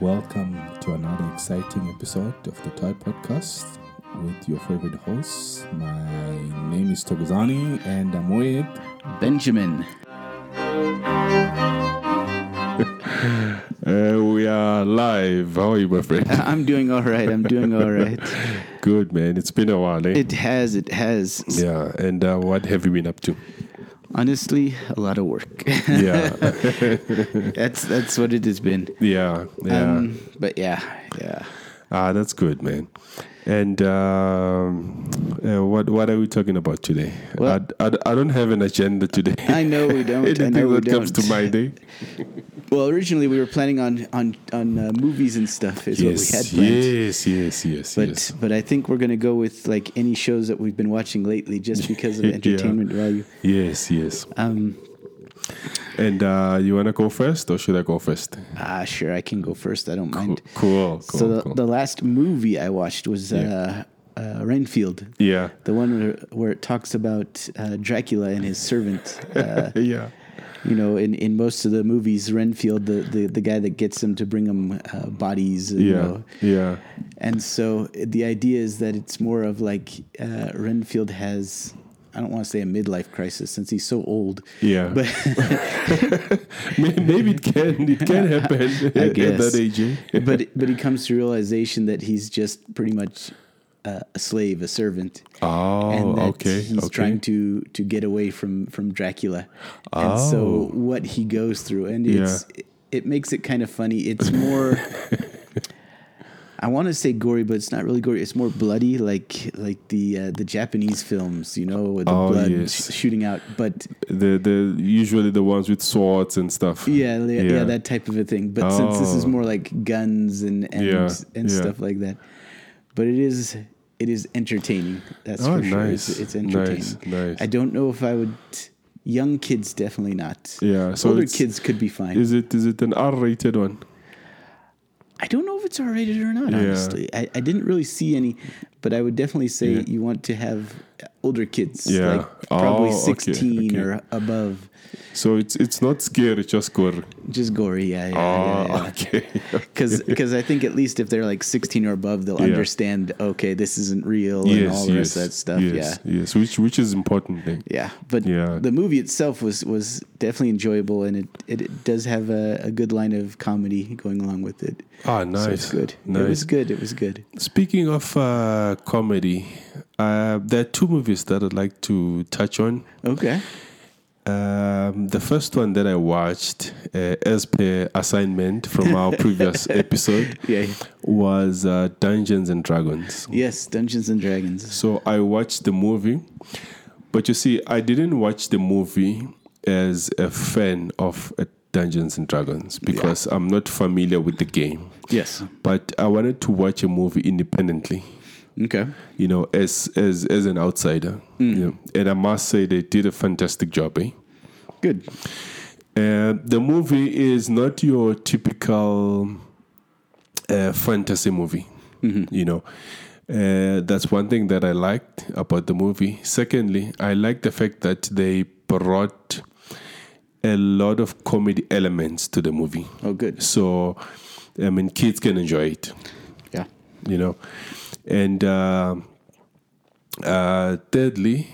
Welcome to another exciting episode of the Toy Podcast with your favorite host. My name is Togozani and I'm with. Benjamin. Uh, we are live. How are you, my friend? I'm doing all right. I'm doing all right. Good, man. It's been a while, eh? It has. It has. yeah. And uh, what have you been up to? Honestly, a lot of work. Yeah, uh, that's that's what it has been. yeah, yeah. Um, but yeah, yeah. ah, that's good, man. And um, uh, what what are we talking about today? Well- I, I, I don't have an agenda today. I know we don't. I Anything know we that comes don't. to mind, eh? Well, originally we were planning on on on uh, movies and stuff is what we had yes, planned. yes, yes, yes, But yes. but I think we're gonna go with like any shows that we've been watching lately, just because of Yeah. entertainment value. Yes, yes. Um, And uh, you wanna go first, or should I go first? ah, sure, I can go first. I don't Cool, mind. cool, so cool, the, cool. the last movie I watched was Yeah. uh, uh, Renfield. yeah, The one where, where it talks about uh, Dracula and his servant. Uh, yeah. you know, in, in most of the movies, Renfield, the, the, the guy that gets him to bring him uh, bodies. and, You Yeah, know. yeah, And so the idea is that it's more of like uh, Renfield has, I don't want to say a midlife crisis since he's so old. yeah. But May- Maybe it can it can happen I at guess. that age. eh? but but he comes to realization that he's just pretty much uh, a slave, a servant. Oh, and that okay, he's okay. trying to to get away from from Dracula. And so Oh. what he goes through and it's it makes it kind of funny. It's more I want to say gory, but it's not really gory. It's more bloody like like the uh, the Japanese films, you know, with the Oh, blood yes. sh- shooting out, but the the usually the ones with swords and stuff. yeah, yeah, yeah, that type of a thing. But since this is Oh. more like guns and and, Yeah, and yeah. stuff like that. But it is it is entertaining. That's Oh, for sure. It's, nice, it's entertaining. nice, nice. I don't know if I would. Young kids definitely not. Yeah, so older it's- kids could be fine. Is it is it an R-rated one? I don't know if it's R-rated or not. Yeah. Honestly, I, I didn't really see any, but I would definitely say Yeah. you want to have older kids, Yeah. like probably Oh, okay, sixteen okay. or above. So it's it's not scary, it's just gore. Just gory, yeah, yeah, yeah, Oh, yeah. okay. because because I think at least if they're like 16 or above, they'll Yeah. understand. Okay, this isn't real and all yes, the yes, rest of that stuff. yes, Yeah, yes. Which which is important thing. yeah. But Yeah. the movie itself was was definitely enjoyable, and it it, it does have a, a good line of comedy going along with it. Ah, So nice. it's good. It was Nice. good. It was good. Speaking of uh, comedy, uh, there are two movies that I'd like to touch on. Okay. Um, the first one that I watched, uh, as per assignment from our previous episode, Yeah. was uh, Dungeons and Dragons. Yes, Dungeons and Dragons. So I watched the movie, but you see, I didn't watch the movie as a fan of uh, Dungeons and Dragons because I'm not familiar with the game. Yes. But I wanted to watch a movie independently Okay. you know, as as as an outsider. You know. And I must say they did a fantastic job. Eh? Good. Uh, the movie is not your typical uh, fantasy movie. You know, uh, that's one thing that I liked about the movie. Secondly, I like the fact that they brought a lot of comedy elements to the movie. Oh, good. So, I mean, kids can enjoy it Yeah. you know. And uh, uh, thirdly,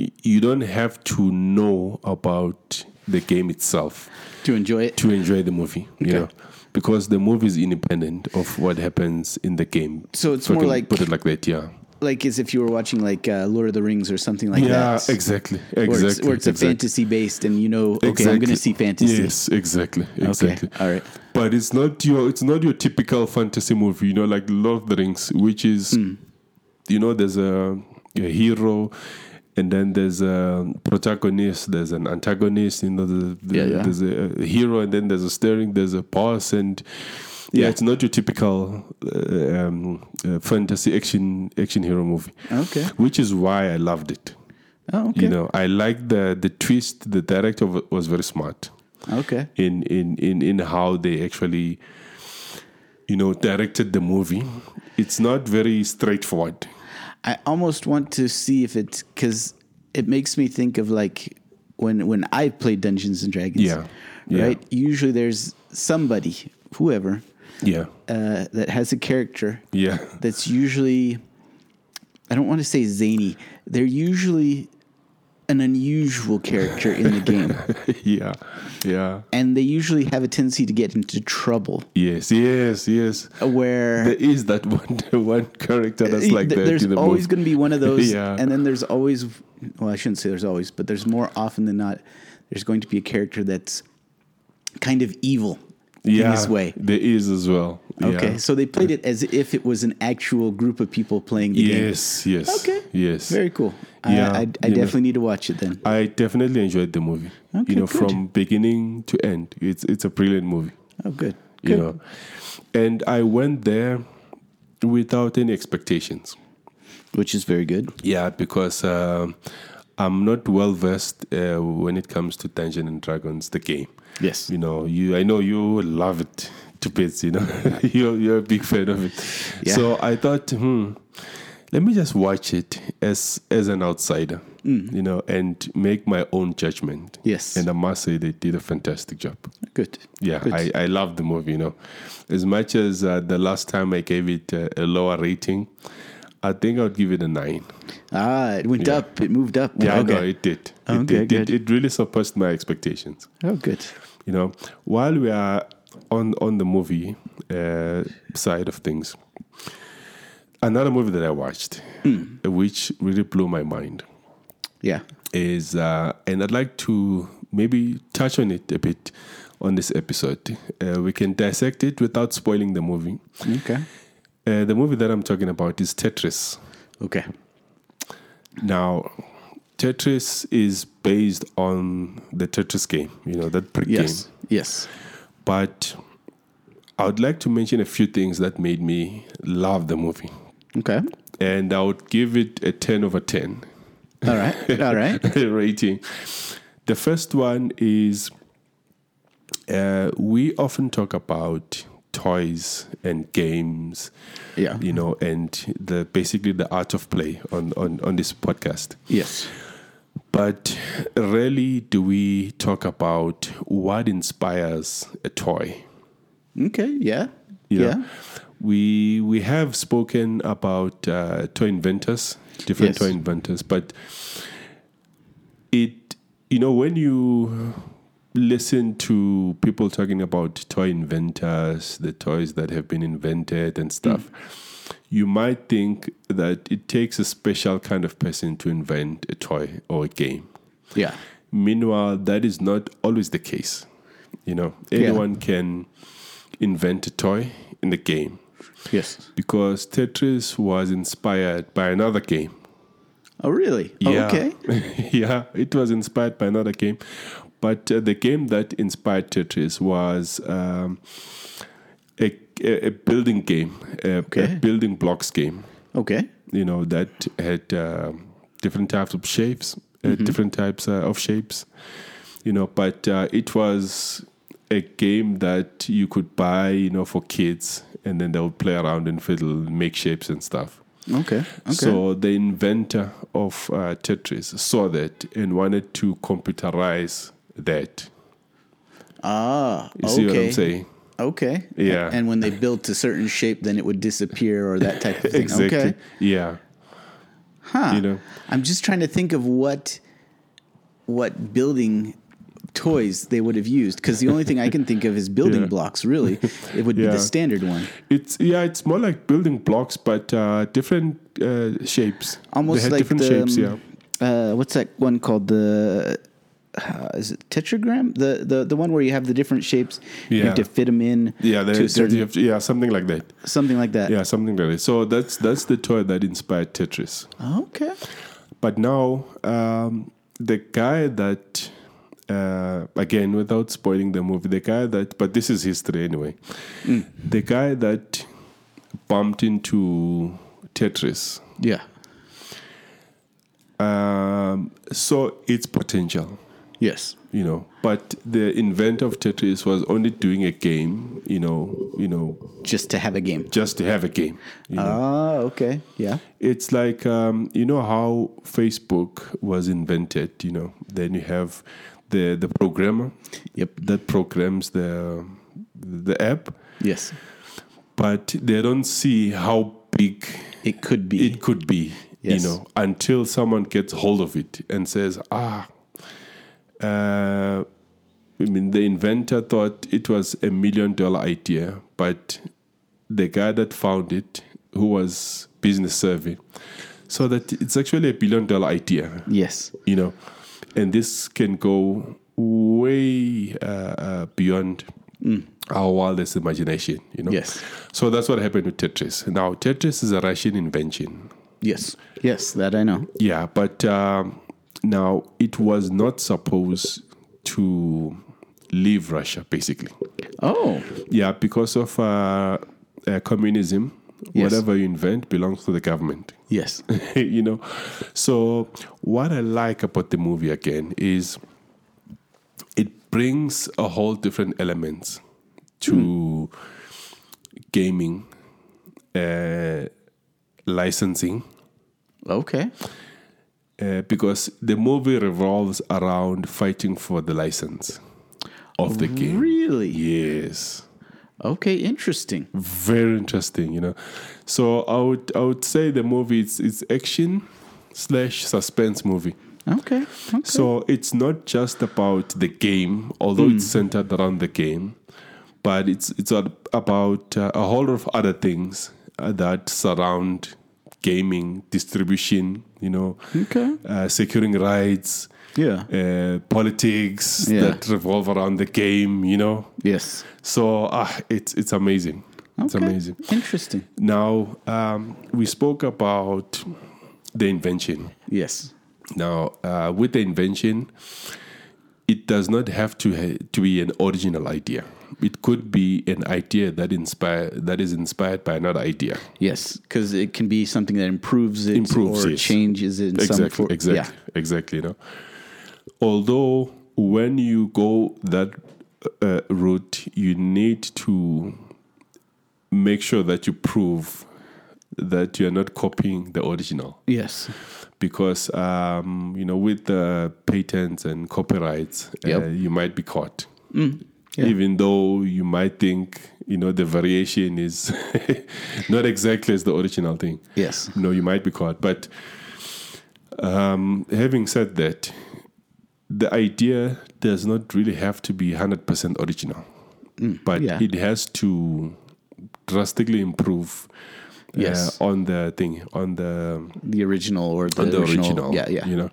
y- you don't have to know about the game itself To enjoy it. to enjoy the movie, you Okay. know, because the movie is independent of what happens in the game. So it's I more can like- put it like that, yeah. Like as if you were watching like uh, Lord of the Rings or something like yeah, that. exactly, Where exactly. it's, where it's exactly. a fantasy based, and you know, okay, I'm going Exactly. to see fantasy. Yes, exactly, exactly. all right. But it's not your it's not your typical fantasy movie, you know, like Lord of the Rings, which is Hmm. you know, there's a, a hero and then there's a protagonist, there's an antagonist, you know, the, the- Yeah, yeah. there's a, a hero and then there's a steering, there's a boss and yeah, Yeah. it's not your typical uh, um, uh, fantasy action action hero movie. Okay. Which is why I loved it. Oh, okay. You know, I like the the twist. The director wa- was very smart Okay. in in in in how they actually, you know, directed the movie. It's not very straightforward. I almost want to see if it's because it makes me think of like when when I played Dungeons and Dragons. Yeah. Yeah. Right. Usually there's somebody, whoever, Yeah. uh, that has a character Yeah. that's usually I don't want to say zany. They're usually an unusual character in the game, yeah. Yeah. and they usually have a tendency to get into trouble. Yes. Yes. Yes. Where There is that one one character that's like Uh, Th- that there's in the always movie. going to be one of those, Yeah. and then there's always well, I shouldn't say there's always, but there's more often than not there's going to be a character that's kind of evil in this way. There is as well. Yeah. Okay, so they played it as if it was an actual group of people playing the game. Yes. Yes. Okay. Yes. Very cool. Yeah, I, I, I you know. definitely need to watch it then. I definitely enjoyed the movie. Okay, you know, good. from beginning to end, it's it's a brilliant movie. Oh, good. You know, and I went there without any expectations. Which is very good. Yeah, because um I'm not well versed uh, when it comes to Dungeon and Dragons, the game. Yes. You know, you I know you love it to bits. You know, you're you're a big fan of it. Yeah. So I thought, hmm, let me just watch it as as an outsider. You know, and make my own judgment. Mm. Yes. And I must say, they did a fantastic job. Good. Yeah, Good. I, I love the movie, you know. As much as uh, the last time I gave it uh, a lower rating, I think I would give it a nine. ah, it went up. It moved up. Yeah, okay. no, it did. It Okay, did. It- good. It, really surpassed my expectations. oh, good. You know, while we are on on the movie uh, side of things, another movie that I watched, Hmm. uh, which really blew my mind, Yeah. is uh, and I'd like to maybe touch on it a bit on this episode. Uh, we can dissect it without spoiling the movie. Okay. Uh, the movie that I'm talking about is Tetris. Okay. Now, Tetris is based on the Tetris game, you know, that brick Yes. game. Yes. But I would like to mention a few things that made me love the movie. Okay. And I would give it a 10 over 10 All right. All right. rating. The first one is uh, we often talk about toys and games Yeah. you know and the basically the art of play on on on this podcast Yes. But rarely do we talk about what inspires a toy. Okay. Yeah. you know? yeah. We we have spoken about uh, toy inventors, different Yes. toy inventors, but it you know when you listen to people talking about toy inventors, the toys that have been invented and stuff, Mm. you might think that it takes a special kind of person to invent a toy or a game. Yeah. Meanwhile, that is not always the case. You know, anyone can invent a toy in the game Yes. because Tetris was inspired by another game. Oh, really? Yeah. Okay. yeah, it was inspired by another game. But uh, the game that inspired Tetris was um, a, a, a building game, a, Okay. a building blocks game, Okay. you know, that had um different types of shapes, uh, Mm-hmm. different types uh, of shapes, you know, but uh, it was a game that you could buy, you know, for kids and then they would play around and fiddle, make shapes and stuff. Okay. Okay. So the inventor of uh, Tetris saw that and wanted to computerize that. ah. You okay. see what I'm saying? Okay. Yeah. And when they built a certain shape, then it would disappear or that type of thing. Exactly. Okay. Yeah. Huh. You know. I'm just trying to think of what what building toys they would have used because the only thing I can think of is building Yeah. blocks. Really, it would be Yeah. the standard one, It's yeah, it's more like building blocks, but uh, different uh, shapes. almost they had like different the, shapes. Yeah, um, Uh, what's that one called? The uh, is it tetragram? The, the the one where you have the different shapes. You Yeah. have to fit them in. yeah, they, to a they- certain, they- yeah, something like that. something like that. Yeah, something like that. So that's that's the toy that inspired Tetris. Okay. But now um, the guy that uh, again, without spoiling the movie, the guy that but this is history anyway. Mm. The guy that bumped into Tetris Yeah. um, saw its potential. Yes. you know but the inventor of tetris was only doing a game you know you know Just to have a game. just to have a game you know? Ah. Okay. Yeah. it's like um, you know how facebook was invented you know then you have the the programmer Yep. that programs the the app Yes. but they don't see how big It could be. it could be, Yes. you know, until someone gets hold of it and says, ah, uh, I mean, the inventor thought it was a million dollar idea, but the guy that found it, who was business savvy, so that it's actually a billion dollar idea yes. you know, and this can go way uh, uh, beyond our wildest imagination, you know. Mm. Yes. So that's what happened with Tetris. Now Tetris is a Russian invention. Yes. Yes, that I know. Yeah, but um, now it was not supposed to leave Russia, basically. Oh. Yeah, because of uh, uh, communism, Yes. whatever you invent belongs to the government. Yes. you know. So what I like about the movie again is it brings a whole different elements to gaming, uh, licensing, Okay. uh, because the movie revolves around fighting for the license of the game. Really? Yes. Okay, interesting. very interesting you know so i would i would say the movie it's it's action slash suspense movie Okay. okay. so it's not just about the game although it's Mm. centered around the game but it's it's a- about uh, a whole lot of other things uh, that surround gaming distribution you know Okay. uh, securing rights Yeah. uh, politics Yeah. that revolve around the game you know Yes. so ah, it's it's amazing it's Okay. amazing Interesting. now, um, we spoke about the invention. Yes. Now, uh, with the invention, it does not have to ha- to be an original idea. It could be an idea that inspire that is inspired by another idea. Yes, because it can be something that improves it Improves, or yes. changes it in some exactly, form. exactly, exactly. You know? Although when you go that uh, route, you need to make sure that you prove that you are not copying the original. Yeah. Yes. because um, you know with the patents and copyrights uh, Yep. Mm. you might be caught yeah. even though you might think you know the variation is not exactly as the original thing Yes. no you might be caught but um, having said that the idea does not really have to be 100% original but Mm. yeah. it has to drastically improve uh, Yes. on the thing on the The original or the, on the original, Yeah, yeah. You know,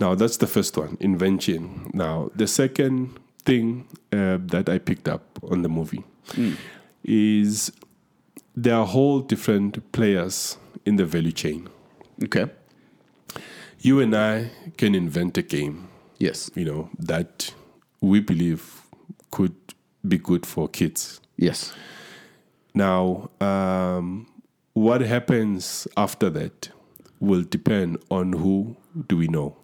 now that's the first one, invention. Now the second thing uh, that I picked up on the movie Hmm. is there are whole different players in the value chain. Okay. You and I can invent a game, Yes. you know, that we believe could be good for kids. Yes. Now, um, what happens after that will depend on who do we know.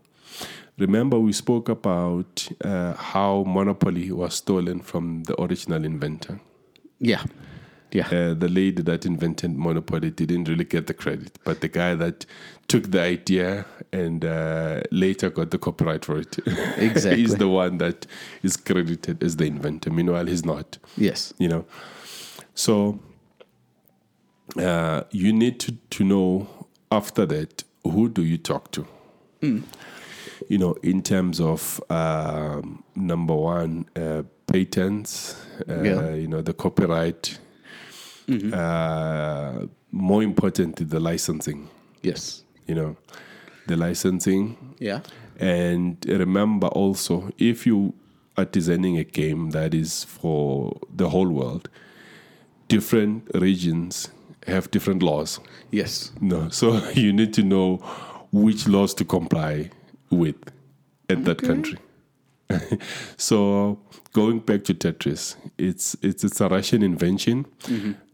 Remember, we spoke about uh, how Monopoly was stolen from the original inventor. Yeah. Yeah. Uh, the lady that invented Monopoly didn't really get the credit, but the guy that took the idea and uh, later got the copyright for it Exactly. is the one that is credited as the inventor. Meanwhile, he's not yes. you know so uh, you need to, to know after that who do you talk to you know in terms of um, number one uh, patents uh, Yeah. you know the copyright uh, more importantly the licensing Yes. you know the licensing Yeah. and remember also, if you are designing a game that is for the whole world, different regions have different laws. Yes. No, so you need to know which laws to comply with at that country. so going back to Tetris, it's it's it's a Russian invention.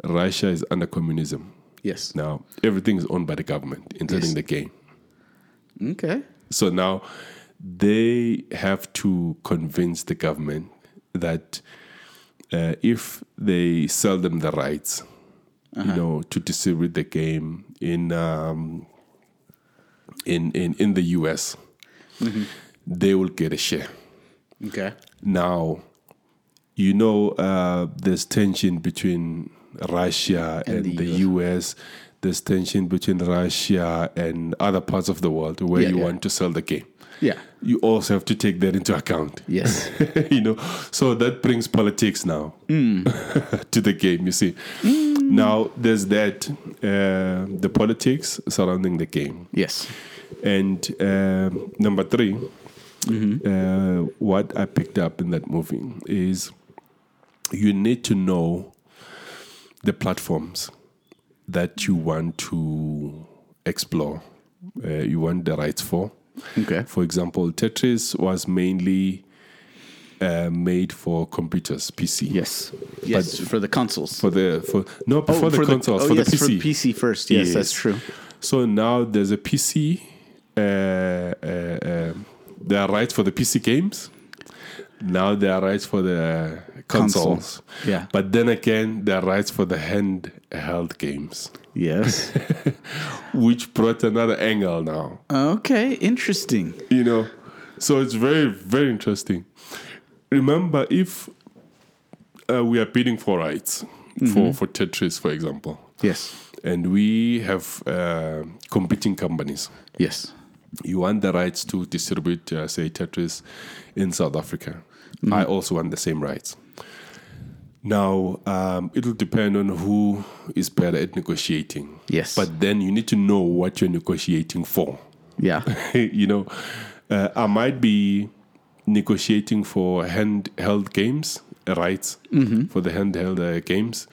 Russia is under communism. Yes. Now everything is owned by the government, including Yes. the game. Okay. So now they have to convince the government that uh, if they sell them the rights, you know, to distribute the game in um, in, in in the US, they will get a share. Okay. Now, you know, uh, there's tension between Russia and, the, US. There's tension between Russia and other parts of the world where Yeah, you yeah. want to sell the game. Yeah. You also have to take that into account. Yes. you know, so that brings politics now to the game. You see, now there's that uh, the politics surrounding the game. yes. And um number 3 uh, what I picked up in that movie is you need to know the platforms that you want to explore, uh, you want the rights for. Okay. For example, Tetris was mainly uh, made for computers, PC. Yes. Yes. for the consoles. For the for no before the consoles oh, for yes, the PC. for PC first. Yes, that's true. So now there's a PC. Uh, uh, um there are rights for the PC games. Now there are rights for the consoles. Consoles, yeah. But then again, there are rights for the handheld games, Yes. which brought another angle now. okay. Interesting. You know, so it's very very interesting. Remember, if uh, we are bidding for rights for for Tetris, for example, Yes. and we have uh, competing companies. Yes. you want the rights to distribute, uh, say, Tetris in South Africa. I also want the same rights. Now, um, it'll depend on who is better at negotiating. Yes. But then you need to know what you're negotiating for. Yeah. you know, uh, I might be negotiating for handheld games, uh, rights for the handheld uh, games.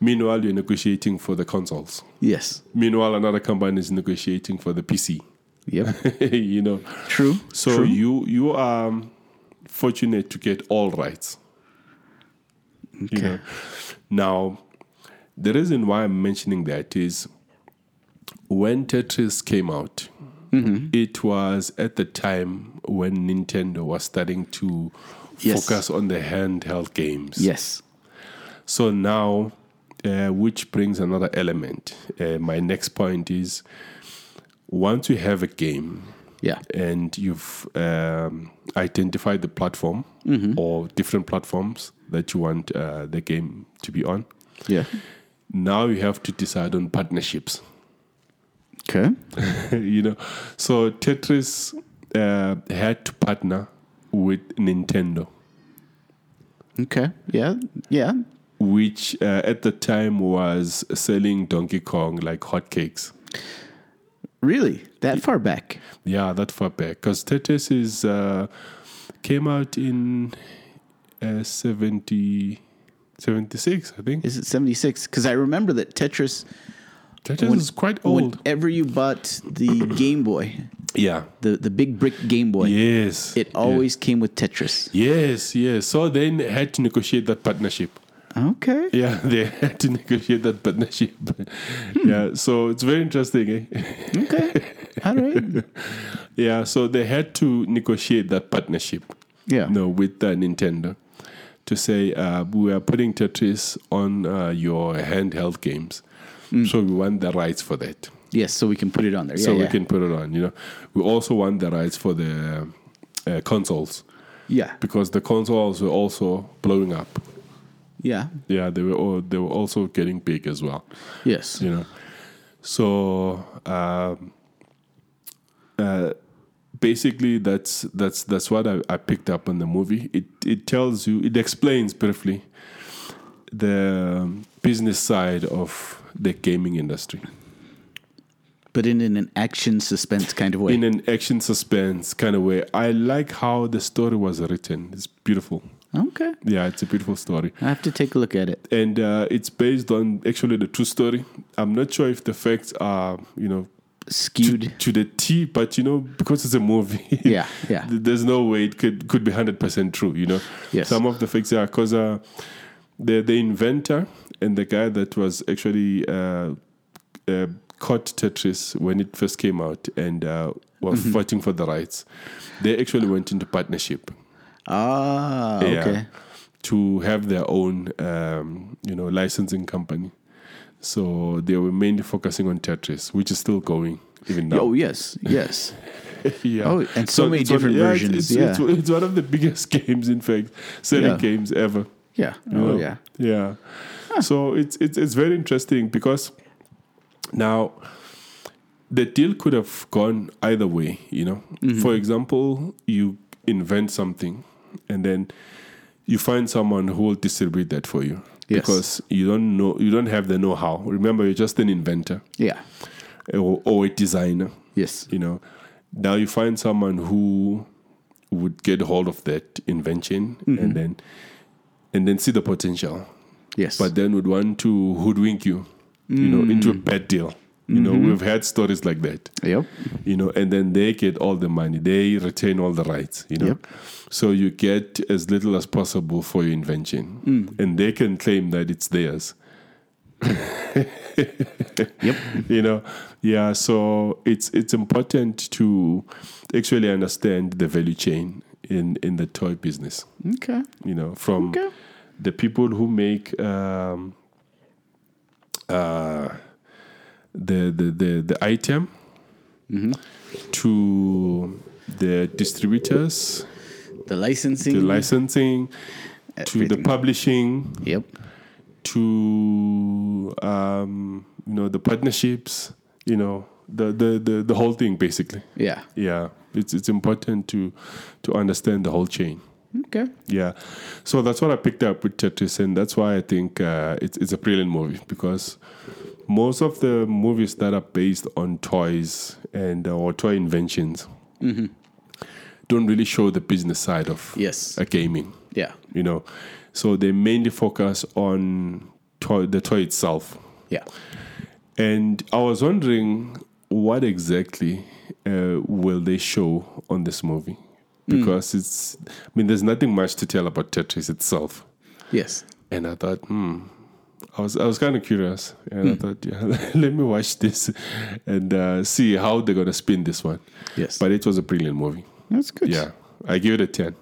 Meanwhile, you're negotiating for the consoles. Yes. Meanwhile, another company is negotiating for the PC. Yep. you know, True. so True. you you are um, fortunate to get all rights. You know? Now, the reason why I'm mentioning that is when Tetris came out, it was at the time when Nintendo was starting to Yes. focus on the handheld games. Yes. So now, uh, which brings another element. Uh, my next point is once you have a game, Yeah. and you've um, identified the platform or different platforms that you want uh, the game to be on. Yeah. Now you have to decide on partnerships. Okay. you know, so Tetris uh, had to partner with Nintendo, Okay. Yeah. Yeah. which uh, at the time was selling Donkey Kong like hotcakes. Really? That far back? Yeah, that far back because Tetris is uh, came out in uh, 70, 76, I think. Is it 76? Because I remember that Tetris, Tetris When- is quite old. whenever you bought the Game Boy, yeah. the, the big brick Game Boy, Yes. it always came with Tetris. Yes, yes. So then had to negotiate that partnership. Okay. Yeah, they had to negotiate that partnership. Hmm. Yeah, so it's very interesting. Eh? Okay. All right. Yeah, so they had to negotiate that partnership. Yeah. No, with uh, Nintendo to say uh, we are putting Tetris on uh, your handheld games, so we want the rights for that. Yes. So we can put it on there. Hmm. Yeah, so we yeah. can put it on. You know, we also want the rights for the uh, consoles. Yeah. because the consoles were also blowing up. Yeah. Yeah, they were all, they were also getting big as well. Yes. You know, so um, uh, basically that's that's that's what I, I picked up on the movie. It it tells you it explains briefly the um, business side of the gaming industry But in an action suspense kind of way. in an action suspense kind of way. I like how the story was written. It's beautiful. okay. Yeah, it's a beautiful story. I have to take a look at it. and uh, it's based on actually the true story. I'm not sure if the facts are you know to, Skewed. to the T, but you know because it's a movie, Yeah, yeah. th- there's no way it could could be hundred percent true. You know, Yes. some of the facts are because uh, the the inventor and the guy that was actually uh, uh, caught Tetris when it first came out and uh, were Mm-hmm. fighting for the rights, they actually went into partnership Ah, yeah, okay. to have their own um, you know licensing company so they were mainly focusing on tetris which is still going even now Oh, yes. Yes. yeah oh, and so many it's one- different yeah, it's- versions, it's, it's, yeah. it's one of the biggest games in fact selling Yeah. games ever Yeah. you know? Oh, yeah. yeah So it's, it's it's very interesting because now the deal could have gone either way. You know, Mm-hmm. for example, you invent something, and then you find someone who will distribute that for you Yes. because you don't know you don't have the know-how. Remember, you're just an inventor Yeah. or, or a designer. Yes. You know, now you find someone who would get hold of that invention and then and then see the potential, Yes. but then would want to hoodwink you, you know, into a bad deal. You know, we've had stories like that. yep. You know, and then they get all the money, they retain all the rights. You know, Yep. so you get as little as possible for your invention, Mm. and they can claim that it's theirs. Yep. you know yeah so it's it's important to actually understand the value chain in in the toy business Okay. you know from Okay. the people who make um uh the the the, the item Mm-hmm. to the distributors The the licensing. licensing to the Everything. publishing Yep. to um, you know the partnerships, you know the the the, the whole thing basically. Yeah. Yeah, it's it's important to to understand the whole chain. Okay. Yeah, so that's what I picked up with Tetris, and that's why I think uh, it's it's a brilliant movie because most of the movies that are based on toys and uh, or toy inventions don't really show the business side of Yes. uh, gaming Yeah. you know so they mainly focus on toy, the toy itself Yeah. and i was wondering what exactly uh, will they show on this movie Hmm. because it's i mean there's nothing much to tell about tetris itself Yes. and i thought hmm I was, I was kind of curious and Hmm. I thought, yeah, let me watch this and uh, see how they're going to spin this one. Yes. But it was a brilliant movie. that's good. Yeah. I give it a 10.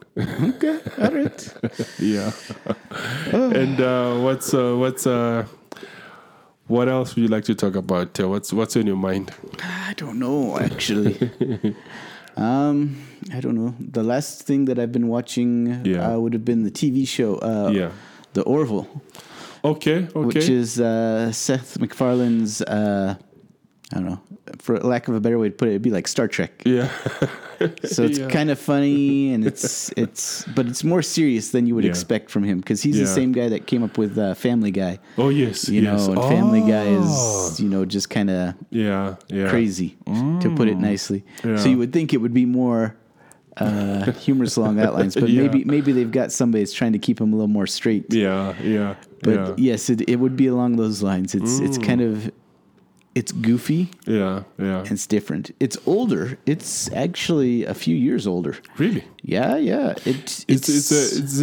Okay. All right. yeah. Oh. and uh, what's uh, what's uh, what else would you like to talk about? Uh, what's what's on your mind? I don't know actually. um, I don't know. The last thing that I've been watching Yeah. uh, would have been the TV show. Uh, Yeah. The Orville. Okay. Okay. which is uh, Seth MacFarlane's. Uh, I don't know. For lack of a better way to put it, it'd be like Star Trek. yeah. So it's Yeah. kind of funny, and it's it's, but it's more serious than you would Yeah. expect from him because he's the Yeah. same guy that came up with uh, Family Guy. Oh yes. You yes. know, and oh. Family Guy is you know just kind of yeah. Yeah. Mm. crazy to put it nicely. Yeah. So you would think it would be more uh, humorous along that lines, but Yeah. maybe maybe they've got somebody that's trying to keep him a little more straight. Yeah. Yeah. But yeah. Mm. yes, it, it would be along those lines. It's it's kind of it's goofy Yeah. Yeah. and it's different. It's older. It's actually a few years older. Really. Yeah, yeah. It, it's It's it's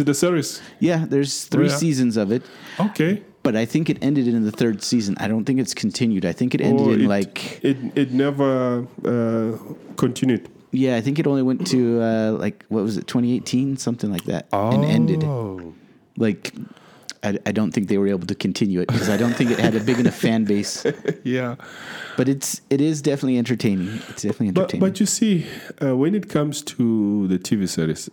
a it's a series. yeah. There's three Yeah. seasons of it, Okay. but I think it ended in the third season. I don't think it's continued. I think it ended Oh, in it- like it it never uh, continued. yeah. I think it only went to uh, like what was it 2018 something like that and ended Oh. like. I, I don't think they were able to continue it because I don't think it had a big enough fan base. Yeah. But it's it is definitely entertaining. It's definitely But, entertaining. but you see, uh, when it comes to the TV series,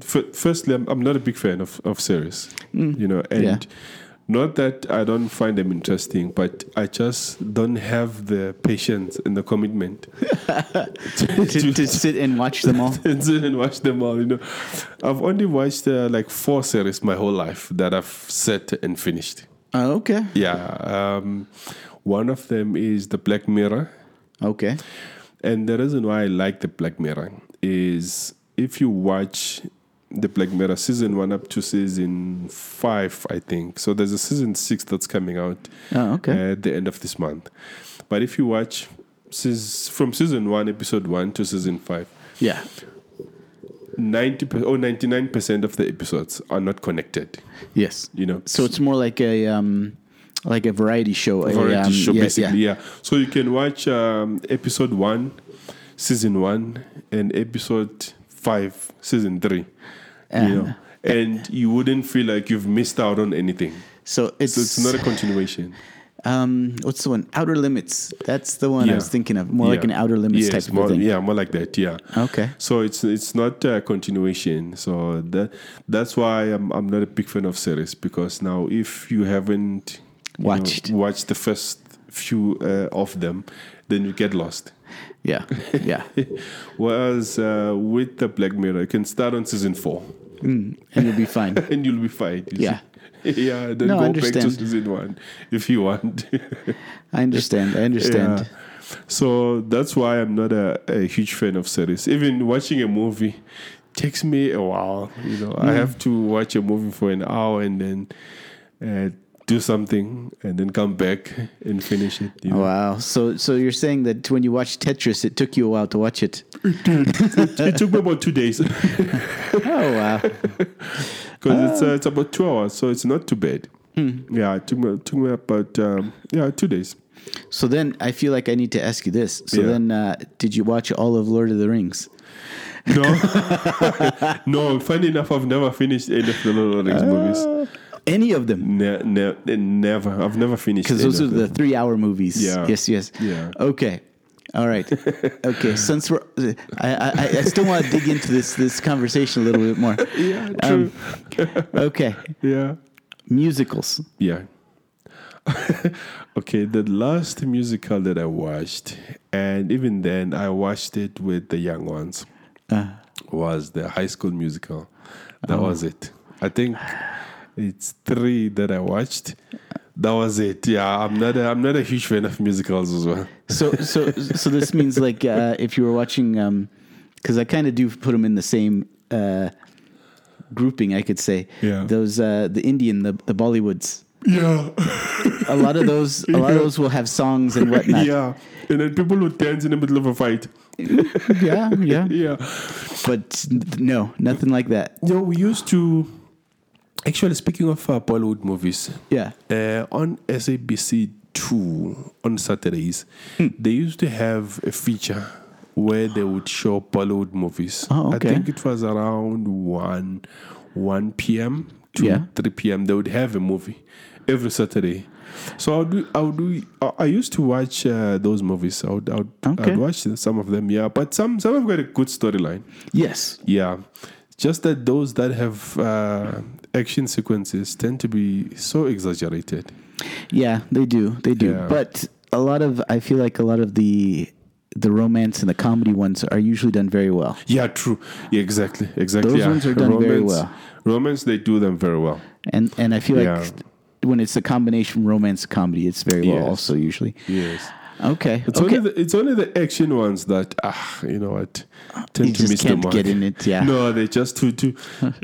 f- firstly, I'm, I'm not a big fan of, of series, you know, and Yeah. not that I don't find them interesting, but I just don't have the patience and the commitment to, to, to sit and watch them all. and sit and watch them all. You know, I've only watched uh, like four series my whole life that I've set and finished. Oh, okay. Yeah, um, one of them is the Black Mirror. Okay. And the reason why I like the Black Mirror is if you watch the Black Mirror season one up to season five, I think. So there's a season six that's coming out uh, Oh, okay. at the end of this month. But if you watch seas- from season one, episode one to season five, yeah. 90 per- or 99% of the episodes are not connected, Yes. you know. So it's more like a um like a variety show. a, variety um, show, yeah, basically. yeah. Yeah. So you can watch um, episode one, season one, and episode five, season three. Uh-huh. you know, and you wouldn't feel like you've missed out on anything. So it's, So it's not a continuation. Um, what's the one? Outer Limits. That's the one I Yeah. was thinking of. More like Yeah. an Outer Limits Yes, type of more, thing. Yeah, more like that. Yeah. Okay. So it's it's not a continuation. So that that's why I'm I'm not a big fan of series because now if you haven't you know, Watched. watched the first few uh, of them, then you get lost. Yeah. Yeah. Whereas uh, with the Black Mirror, you can start on season four and you'll be fine. and you'll be fine. you Yeah. see. yeah. Then No, I go back to understand. season one if you want. I understand. I understand. Yeah. So that's why I'm not a, a huge fan of series. Even watching a movie takes me a while. You know, I have to watch a movie for an hour and then uh, do something and then come back and finish it. You know? Oh, Wow. So so you're saying that when you watched Tetris, it took you a while to watch it. It took me about two days because Oh wow. it's Oh. uh, it's about two hours, so it's not too bad. Hmm. Yeah, it took me took me about um, yeah two days. So then I feel like I need to ask you this. So Yeah. then uh, did you watch all of Lord of the Rings? No, no. Funny enough, I've never finished any of the Lord of the Rings movies. Ah. Any of them? Ne- ne- never. I've never finished. Because any those of are them. the three hour movies. Yeah. Yes, yes. Yeah. Okay. All right. Okay. Since we're, I, I, I still want to dig into this this conversation a little bit more. Yeah, Um, okay. yeah. Musicals. Yeah. okay, the last musical that I watched, and even then I watched it with the young ones, was the high school musical. That was it. I think it's three that I watched. That was it. Yeah, I'm not a, I'm not a huge fan of musicals as well. So so so this means like uh, if you were watching, um, because I kind of do put them in the same uh, grouping, I could say. Yeah. Those uh, the Indian the the Bollywoods. Yeah. A lot of those a lot of Yeah. those will have songs and whatnot. yeah. And then people would dance in the middle of a fight. yeah, yeah. Yeah. But no, nothing like that. No, we used to. Actually, speaking of uh, Bollywood movies, Yeah. uh, on SABC two on Saturdays, Hmm. they used to have a feature where they would show Bollywood movies. Oh, okay. I think it was around one one p.m. to Yeah. three p.m. They would have a movie every Saturday. So I would I would do, I I used to watch uh, those movies. I would I would, I Okay. would watch some of them. Yeah, but some some have got a good storyline. Yes. Yeah. Just that those that have uh, action sequences tend to be so exaggerated. Yeah, they do. They do. Yeah. But a lot of I feel like a lot of the the romance and the comedy ones are usually done very well. Yeah, true. Yeah, exactly. Exactly. Those yeah. ones are done very well. Romance, they do them very well. And and I feel like Yeah. when it's a combination romance comedy, it's very well Yes. also usually. Yes. Okay. It's, okay. only the, it's only the action ones that, ah, you know what, tend You to just miss can't the mark. get in it, yeah. No, they're just too, too,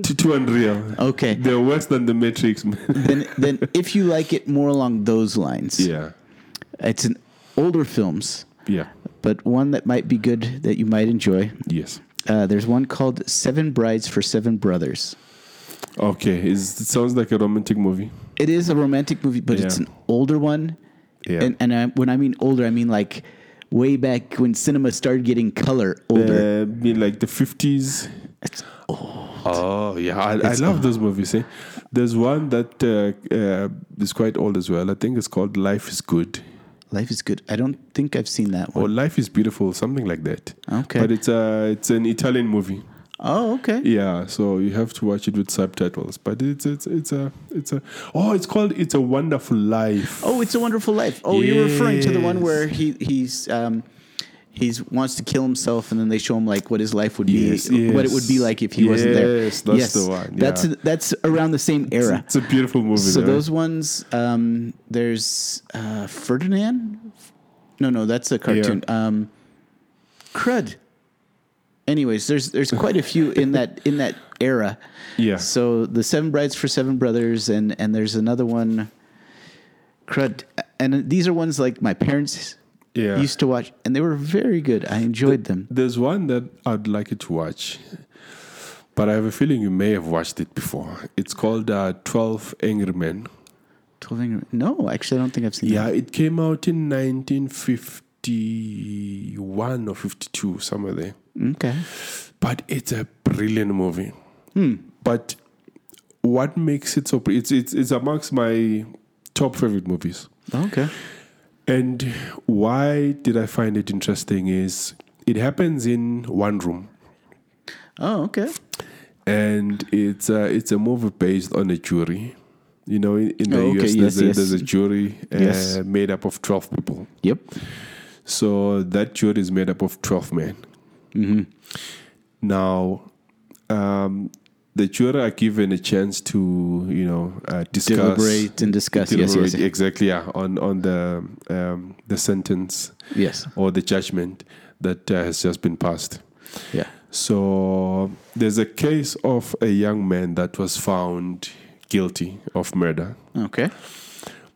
too, too unreal. Okay. They're worse than the Matrix, man. then then if you like it more along those lines, yeah. it's an older films, Yeah. but one that might be good that you might enjoy. Yes. Uh, there's one called Seven Brides for Seven Brothers. Okay. It's, it sounds like a romantic movie. It is a romantic movie, but it's Yeah. an older one. Yeah. And, and I, when I mean older, I mean like way back when cinema started getting color older. Uh, be like the 50s. It's- Oh yeah, I, I love those movies. Eh? There's one that uh, uh, is quite old as well. I think it's called Life is Good Life is good. I don't think I've seen that or one. Life is Beautiful, something like that. Okay. but it's uh, it's an Italian movie. Oh, okay. Yeah, so you have to watch it with subtitles. But it's it's it's a it's a oh, it's called It's a Wonderful Life. Oh, it's a Wonderful Life. Oh, you're referring to the one Yes. where he he's um he's wants to kill himself, and then they show him like what his life would Yes, be, what it would be yes. like if he wasn't there. Yes, that's the one, That's yeah. that's around the same It's, era. it's a beautiful movie. So eh? those ones, um, there's uh, Ferdinand. No, no, that's a cartoon. Um, crud. Anyways, there's there's quite a few in that in that era. Yeah. So the Seven Brides for Seven Brothers, and and there's another one. Crud, and these are ones like my parents Yeah. used to watch, and they were very good. I enjoyed them. There's one that I'd like you to watch, but I have a feeling you may have watched it before. It's called uh, Twelve Angry Men. Twelve Angry. No, actually, I don't think I've seen. Yeah, that. it came out in 1951 or 52, somewhere there. Okay. But it's a brilliant movie. Hmm. But what makes it so? br- It's it's it's amongst my top favorite movies. Okay. And why did I find it interesting is it happens in one room, Oh, okay. and it's a, it's a movie based on a jury. You know, in, in the Oh, okay, US, there's, yes, a, yes. there's a jury uh, Yes. made up of 12 people. Yep. So that jury is made up of 12 men. Mm-hmm. Now, um, the jury are given a chance to, you know, uh, discuss. Deliberate and discuss. Yes, yes, deliberate, Exactly, yeah, on, on the, um, the sentence yes. or the judgment that uh, has just been passed. Yeah. So there's a case of a young man that was found guilty of murder, Okay.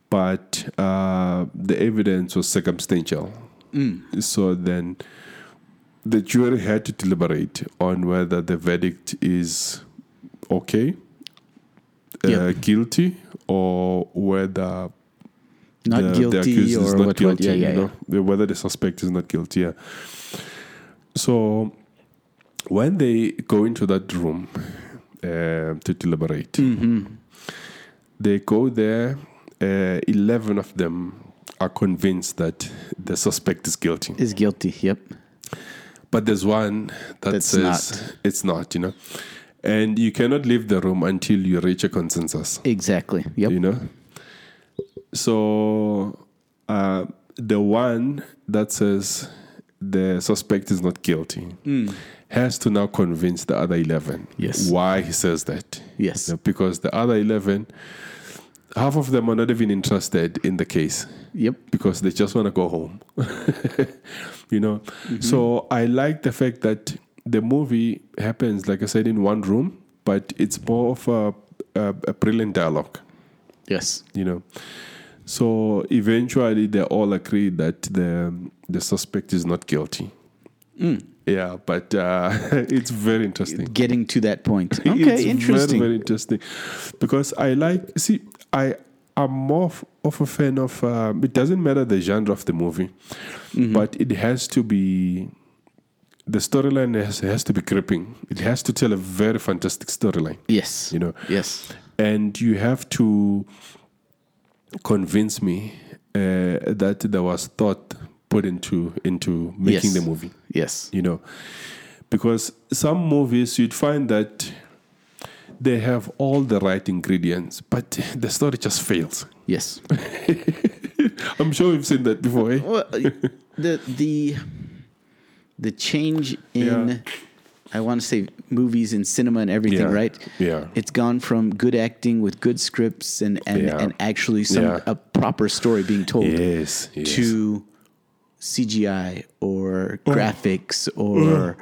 but uh, the evidence was circumstantial. So then the jury had to deliberate on whether the verdict is okay, uh, Yep. guilty, or whether Not the- the guilty accused or is what, not what? guilty, Yeah, yeah, you yeah. know, the- whether the suspect is not guilty. Yeah. So when they go into that room uh, to deliberate, Mm-hmm. they go there. Uh, Eleven of them are convinced that the suspect is guilty, Is guilty. Yep. but there's one that That's says not. it's not. You know, and you cannot leave the room until you reach a consensus Exactly. Yep. you know so uh, the one that says the suspect is not guilty has to now convince the other 11 Hmm. Yes. why he says that Yes. You know, because the other 11 half of them are not even interested in the case Yep. because they just want to go home you know Mm-hmm. so i like the fact that the movie happens like i said in one room but it's more of a, a, a brilliant dialogue Yes. you know. So eventually, they all agree that the the suspect is not guilty. Mm. Yeah, but uh, it's very interesting. Getting to that point. Okay. It's Very, interesting. very interesting, because I like see I am more of, of a fan of. Um, it doesn't matter the genre of the movie, Mm-hmm. but it has to be. The storyline has, has to be gripping. It has to tell a very fantastic storyline, yes. you know Yes. and you have to convince me uh, that there was thought put into into making Yes. the movie Yes. you know because some movies you'd find that they have all the right ingredients but the story just fails Yes. i'm sure you've seen that before eh? well, the the the change in Yeah. I want to say movies and cinema and everything, Yeah. right? Yeah. It's gone from good acting with good scripts and and, Yeah. and actually some Yeah. a proper story being told yes, yes Mm. to CGI or graphics or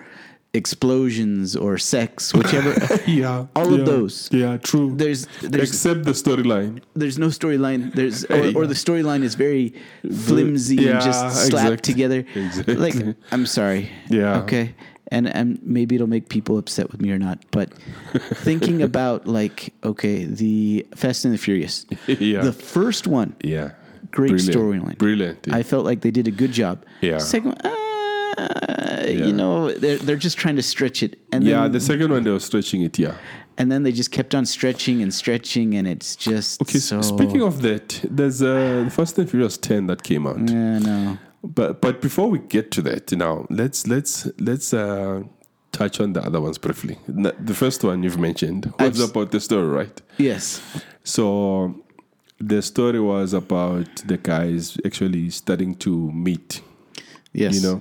explosions or sex, whichever. yeah all of yeah, those. yeah true There's- there's- except the storyline there's no storyline. There's or, or the storyline is very flimsy and Yeah, just slapped exact- together. exactly. Like I'm sorry. Yeah. Okay. And and maybe it'll make people upset with me or not, but thinking about like okay, the Fast and the Furious, Yeah. the first one, yeah great Brilliant. storyline, brilliant I felt like they did a good job. Yeah. Second, one, uh, Yeah. you know, they're they're just trying to stretch it, and yeah then the second one they were stretching it yeah and then they just kept on stretching and stretching, and it's just Okay, So so speaking of that, there's uh, the Fast and Furious 10 that came out. yeah, no. But but before we get to that, now let's let's let's uh, touch on the other ones briefly. N- The first one you've mentioned was I've s- about the story, right? Yes. So the story was about the guys actually starting to meet. Yes. You know,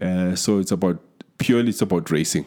uh, so it's about purely it's about racing,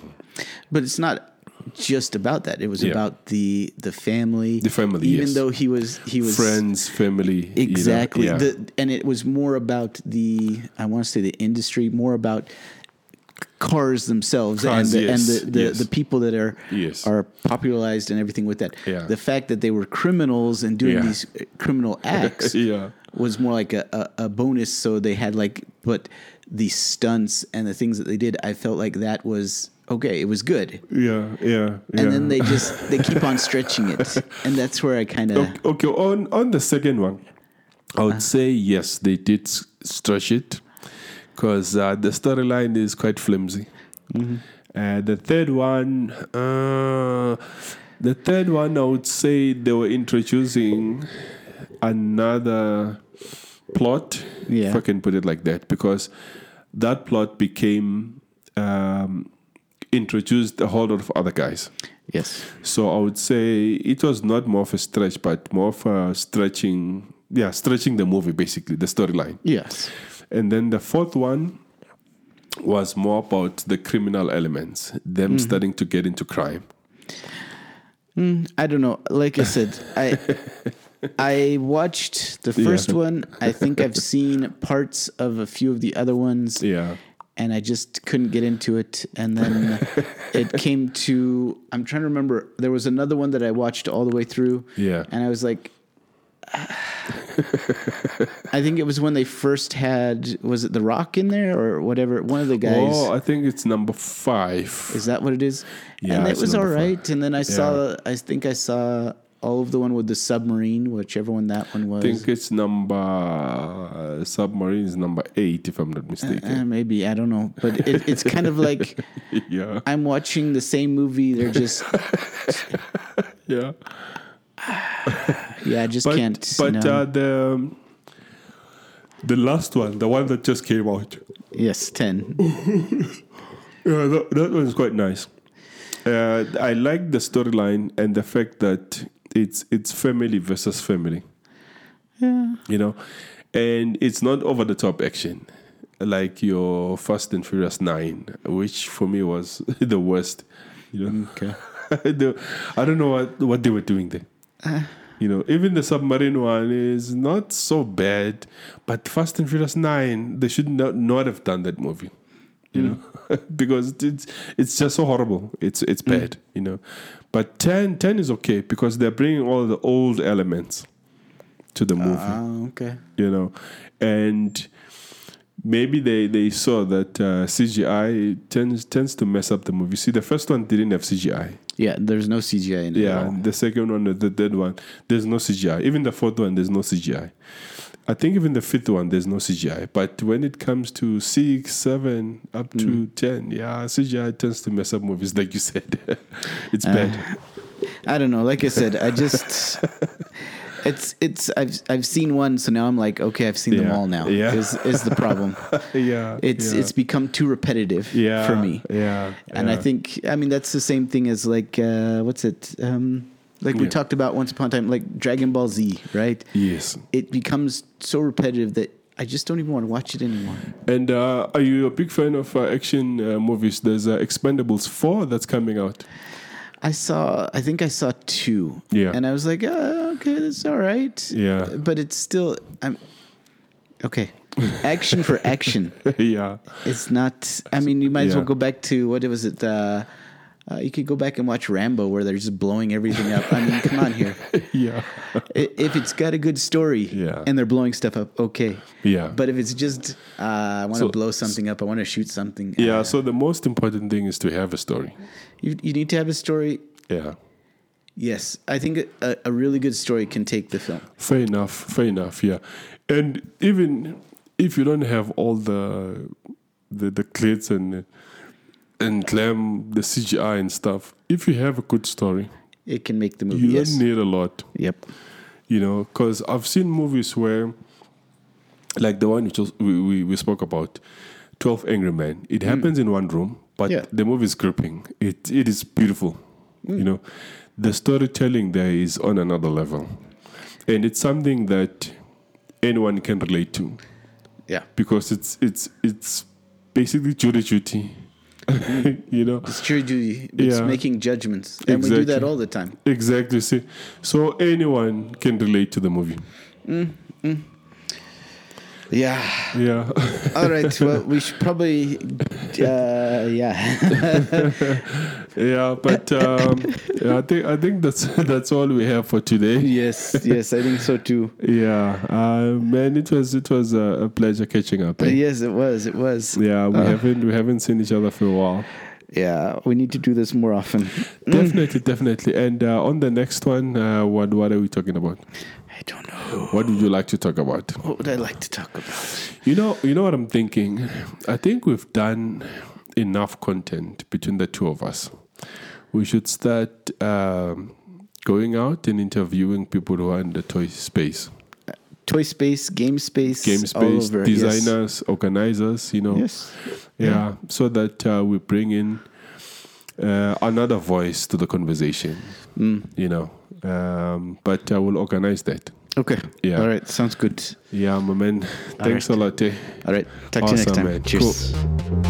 But it's not just about that. It was Yeah. about the the family. The family, Even yes. though he was he was friends, family. you know, Exactly. yeah. The, and it was more about the I want to say the industry, more about c- cars themselves Cars, and the, yes, and the, the, yes. the people that are Yes. are popularized and everything with that. Yeah. The fact that they were criminals and doing Yeah. these uh, criminal acts Yeah. was more like a, a, a bonus. So they had like, but the stunts and the things that they did, I felt like that was okay. It was good. yeah, yeah, yeah. and then they just they keep on stretching it and that's where i kind of Okay, okay, on on the second one, I would say yes, they did s- stretch it because uh, the storyline is quite flimsy. Uh, the third one, uh, the third one, I would say they were introducing another plot, Yeah. if I can put it like that, because that plot became um, introduced a whole lot of other guys. Yes. So I would say it was not more of a stretch, but more of a stretching, yeah, stretching the movie basically, the storyline. Yes. And then the fourth one was more about the criminal elements, them Mm-hmm. starting to get into crime. I don't know. Like I said, I I watched the first one. I think I've seen parts of a few of the other ones, Yeah. and I just couldn't get into it. And then it came to I'm trying to remember. There was another one that I watched all the way through. Yeah. and I was like. I think it was when they first had was it The Rock in there or whatever one of the guys Oh, I think it's number five. is that what it is? Yeah, and it it's was all number five. right. And then I saw, I think I saw all of the one with the submarine, whichever one that one was. I think it's number uh, submarine is number eight, if I'm not Uh, mistaken. maybe I don't know, but it, it's kind of like yeah, I'm watching the same movie. They're just, yeah. yeah, I just But can't. but no. uh, the the last one, the one that just came out, yes, ten. yeah, that, that one's quite nice. Uh, I like the storyline and the fact that it's it's family versus family. Yeah, you know, and it's not over the top action like your Fast and Furious Nine, which for me was the worst. You know. Okay. The- I don't know what, what they were doing there. You know, even the submarine one is not so bad, but Fast and Furious Nine, they should not, not have done that movie. You know, because it's it's just so horrible. It's it's bad. You know, but 10, 10 is okay because they're bringing all the old elements to the movie Oh, okay. you know and maybe they they saw that uh, cgi tends tends to mess up the movie see the first one didn't have cgi Yeah, there's no CGI in it. at yeah all. the second one the third one there's no cgi even the fourth one there's no cgi i think even the fifth one there's no cgi but when it comes to six seven up to Mm. ten yeah cgi tends to mess up movies like you said it's Uh, bad I don't know. Like I said, I just it's it's I've I've seen one, so now I'm like, okay, I've seen them Yeah. all now. Yeah. Is is the problem. yeah It's yeah. it's become too repetitive yeah for me. yeah And I yeah. think I mean that's the same thing as like uh, what's it? Um, like we Yeah. talked about once upon a time, like Dragon Ball Z, right? yes It becomes so repetitive that I just don't even want to watch it anymore. And uh, are you a big fan of uh, action uh, movies? There's uh, Expendables 4 that's coming out. I saw I think I saw two. Yeah. And I was like, uh okay, that's all right. Yeah. But it's still I'm okay. Action for action. yeah. It's not. I mean, you might as well Yeah. go back to what was it? Uh, uh, you could go back and watch Rambo, where they're just blowing everything up. I mean, come on here. Yeah. I- If it's got a good story Yeah. and they're blowing stuff up, okay. Yeah. But if it's just uh, I want So- to blow something up, I want to shoot something. uh, Yeah. So the most important thing is to have a story. you you need to have a story. Yeah. Yes, I think a, a really good story can take the film. Fair enough. Fair enough. Yeah. And even if you don't have all the the, the glitz and and glam, the CGI and stuff, if you have a good story, It can make the movie. you Yes. don't need a lot. Yep. you know because i've seen movies where like the one which was, we, we, we spoke about 12 angry men it happens in one room but Yeah. the movie is gripping it, it is beautiful you know the storytelling there is on another level and it's something that anyone can relate to Yeah. because it's it's it's basically jury duty you know It's true duty. It's Yeah. making judgments, and we do that Exactly. all the time. exactly see so anyone can relate to the movie Yeah. yeah All right. Well, we should probably, uh, yeah. Yeah, but um, yeah, I think I think that's that's all we have for today. yes, yes, I think so too. Yeah, uh, man, it was it was a, a pleasure catching up. eh? Yes, it was. It was. Yeah, we haven't we haven't seen each other for a while. Yeah, we need to do this more often. Definitely, definitely. And uh, on the next one, uh, what what are we talking about? I don't know. What would you like to talk about? What would I like to talk about? You know, you know what I'm thinking. I think we've done enough content between the two of us. We should start um, going out and interviewing people who are in the toy space. toy space, game space, game all space over. Yes. designers, organizers, you know. Yes. Yeah, so that uh, we bring in uh, another voice to the conversation, Mm. you know. Um, but I will organize that. Okay. Yeah. All right. Sounds good. Yeah, my man. Thanks a lot. eh? All right. Talk to you next Awesome, time. man. Cheers. Cool.